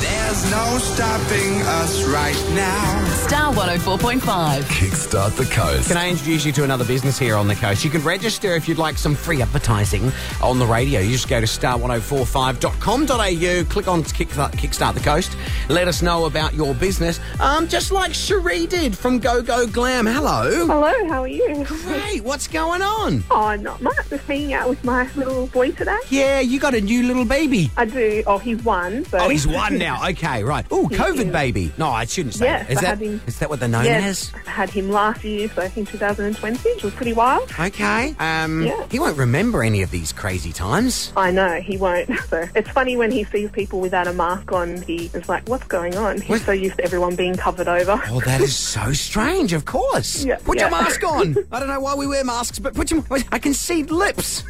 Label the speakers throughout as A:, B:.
A: There's no stopping us right now.
B: Star 104.5.
C: Kickstart the coast.
D: Can I introduce you to another business here on the coast? You can register if you'd like some free advertising on the radio. You just go to star1045.com.au, click on Kickstart, Kickstart the Coast, let us know about your business, um, just like Cherie did from Go Go Glam. Hello.
E: Hello, how are you?
D: Hey, what's going on?
E: Oh, not much. Just hanging out with my little boy today.
D: Yeah, you got a new little baby.
E: I do. Oh, he's one. So.
D: Oh, he's one now. Okay, right. Oh, COVID
E: is.
D: baby. No, I shouldn't say
E: Yes,
D: that. Is
E: I
D: that,
E: have him.
D: is that what they're known
E: Yes,
D: as?
E: I had him last year, so in 2020, which was pretty wild.
D: Okay. Um,
E: Yeah.
D: He won't remember any of these crazy times.
E: I know he won't. So it's funny when he sees people without a mask on. He is like, "What's going on?" He's
D: What?
E: so used to everyone being covered over.
D: Oh, that is so strange. Of course,
E: Yeah,
D: put your
E: yeah.
D: mask on. I don't know why we wear masks, but put your. I can see lips.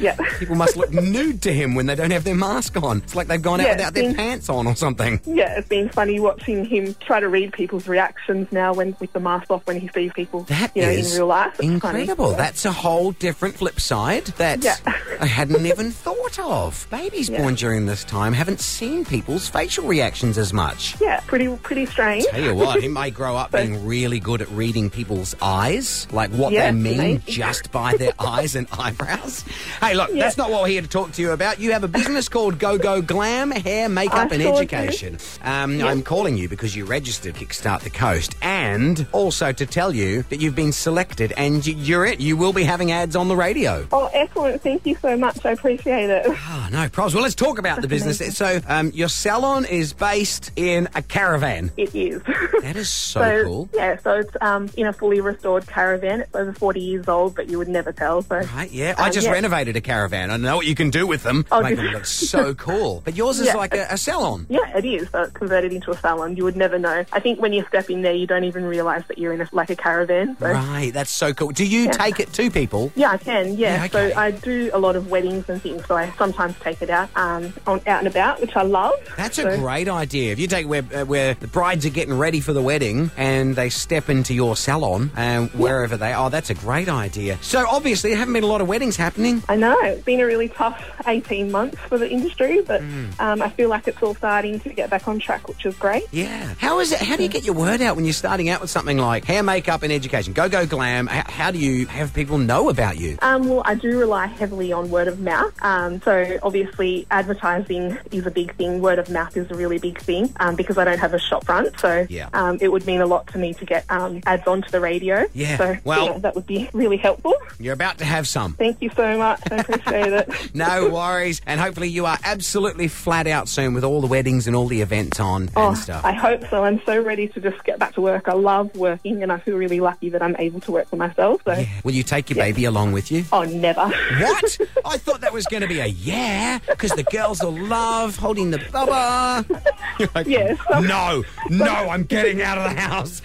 E: Yeah.
D: people must look nude to him when they don't have their mask on. It's like they've gone out
E: Yeah,
D: without their
E: think-
D: pants on or something.
E: Yeah, it's been funny watching him try to read people's reactions now when with the mask off when he sees people
D: That
E: you know,
D: is
E: in real life. It's
D: incredible.
E: Funny.
D: That's a whole different flip side that
E: Yeah.
D: I hadn't even thought of. Babies
E: Yeah.
D: born during this time haven't seen people's facial reactions as much.
E: yeah, pretty pretty strange.
D: Tell you what, he may grow up
E: But-
D: being really good at reading people's eyes, like what
E: Yeah,
D: they mean
E: maybe.
D: just by their eyes and eyebrows. Hey, look, that's not what we're here to talk to you about. You have a business called Go Go Glam Hair, Makeup,
E: I
D: and
E: sure do.
D: Education. Um, I'm calling you because you registered Kickstart the Coast, and also to tell you that you've been selected and y- you're it. You will be having ads on the radio.
E: Oh, excellent! Thank you so much. I appreciate it.
D: Ah, no problems. Well, let's talk about the business. So, um, your salon is based in a caravan.
E: It is.
D: That is so, cool.
E: yeah, so it's um, in a fully restored caravan. It's over 40 years old, but you would never tell. So
D: Right, yeah. I
E: Um,
D: just
E: yeah.
D: renovated a caravan. I know what you can do with them.
E: Oh,
D: Make
E: did-
D: them look so cool. But yours is
E: Yeah.
D: like a, a salon.
E: Yeah, it is. So it's converted into a salon. You would never know. I think when you step in there, you don't even realise that you're in a, like a caravan. So.
D: Right, that's so cool. Do you take it to people?
E: Yeah, I can. Yeah,
D: Yeah, okay.
E: so I do a lot of weddings and things. So I sometimes take it out, um, on out and about, which I love.
D: That's a
E: So-
D: great idea. If you take where uh, where the brides are getting ready for the wedding and they step into your salon and wherever they are, that's a great idea. So obviously, there haven't been a lot of weddings happening.
E: I know it's been a really tough eighteen months for the industry, but
D: Mm.
E: um, I feel like it's all starting to get back on track, which is great.
D: Yeah. How is it? How do you get your word out when you're starting out with something like hair, makeup, and education? Go go glam. How, how do you have people know about you?
E: Um, well, I do rely heavily on word of mouth. Um, so obviously, advertising is a big thing. Word of mouth is a really big thing um, because I don't have a shop front. So
D: Yeah.
E: um, it would mean a lot to me to get um, ads onto the radio.
D: Yeah,
E: So
D: well-
E: you know, that would be really helpful.
D: You're about to have some.
E: Thank you so much. I appreciate it.
D: No worries. And hopefully you are absolutely flat out soon with all the weddings and all the events on
E: Oh,
D: and stuff.
E: I hope so. I'm so ready to just get back to work. I love working, and I feel really lucky that I'm able to work for myself. So,
D: Will you take your baby along with you?
E: oh, never.
D: What? I thought that was going to be a yeah, because the girls will love holding the bubba. You're like,
E: Yes.
D: No, no, I'm getting out of the house.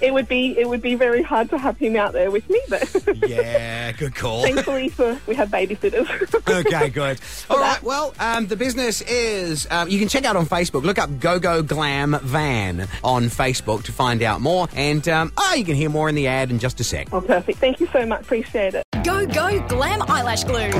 E: It would be it would be very hard to have him out there with me, but
D: Yeah, good call.
E: thankfully for we have babysitters.
D: okay, good. All right. Well, um, the business is um, you can check out on Facebook. Look up Go Go Glam Van on Facebook to find out more. And um, oh, you can hear more in the ad in just a sec.
E: Oh, perfect. Thank you so much. Appreciate it.
B: Go, go, glam eyelash glue.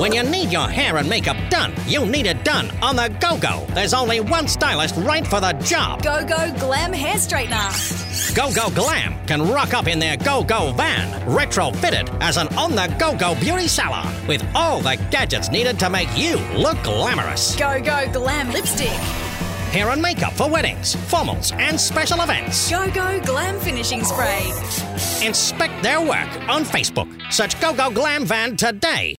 F: When you need your hair and makeup done, you need it done on the go go. There's only one stylist right for the job.
B: Go, go, glam hair straightener.
F: Go Go Glam can rock up in their Go Go van, retrofitted as an on the go go beauty salon with all the gadgets needed to make you look glamorous.
B: Go, go, glam lipstick.
F: Hair and makeup for weddings, formals, and special events.
B: Go, go, glam finishing spray.
F: Inspect their work on Facebook. Search Go Go Glam Van today.